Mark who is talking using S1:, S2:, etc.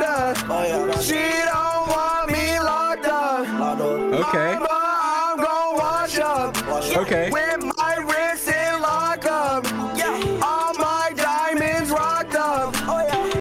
S1: us.
S2: Oh, yeah, that's-
S1: She don't want me locked up.
S2: Lotto.
S3: Okay.
S1: Mama, I'm gonna wash up.
S2: Wash up.
S3: Okay.
S1: With
S2: Oh,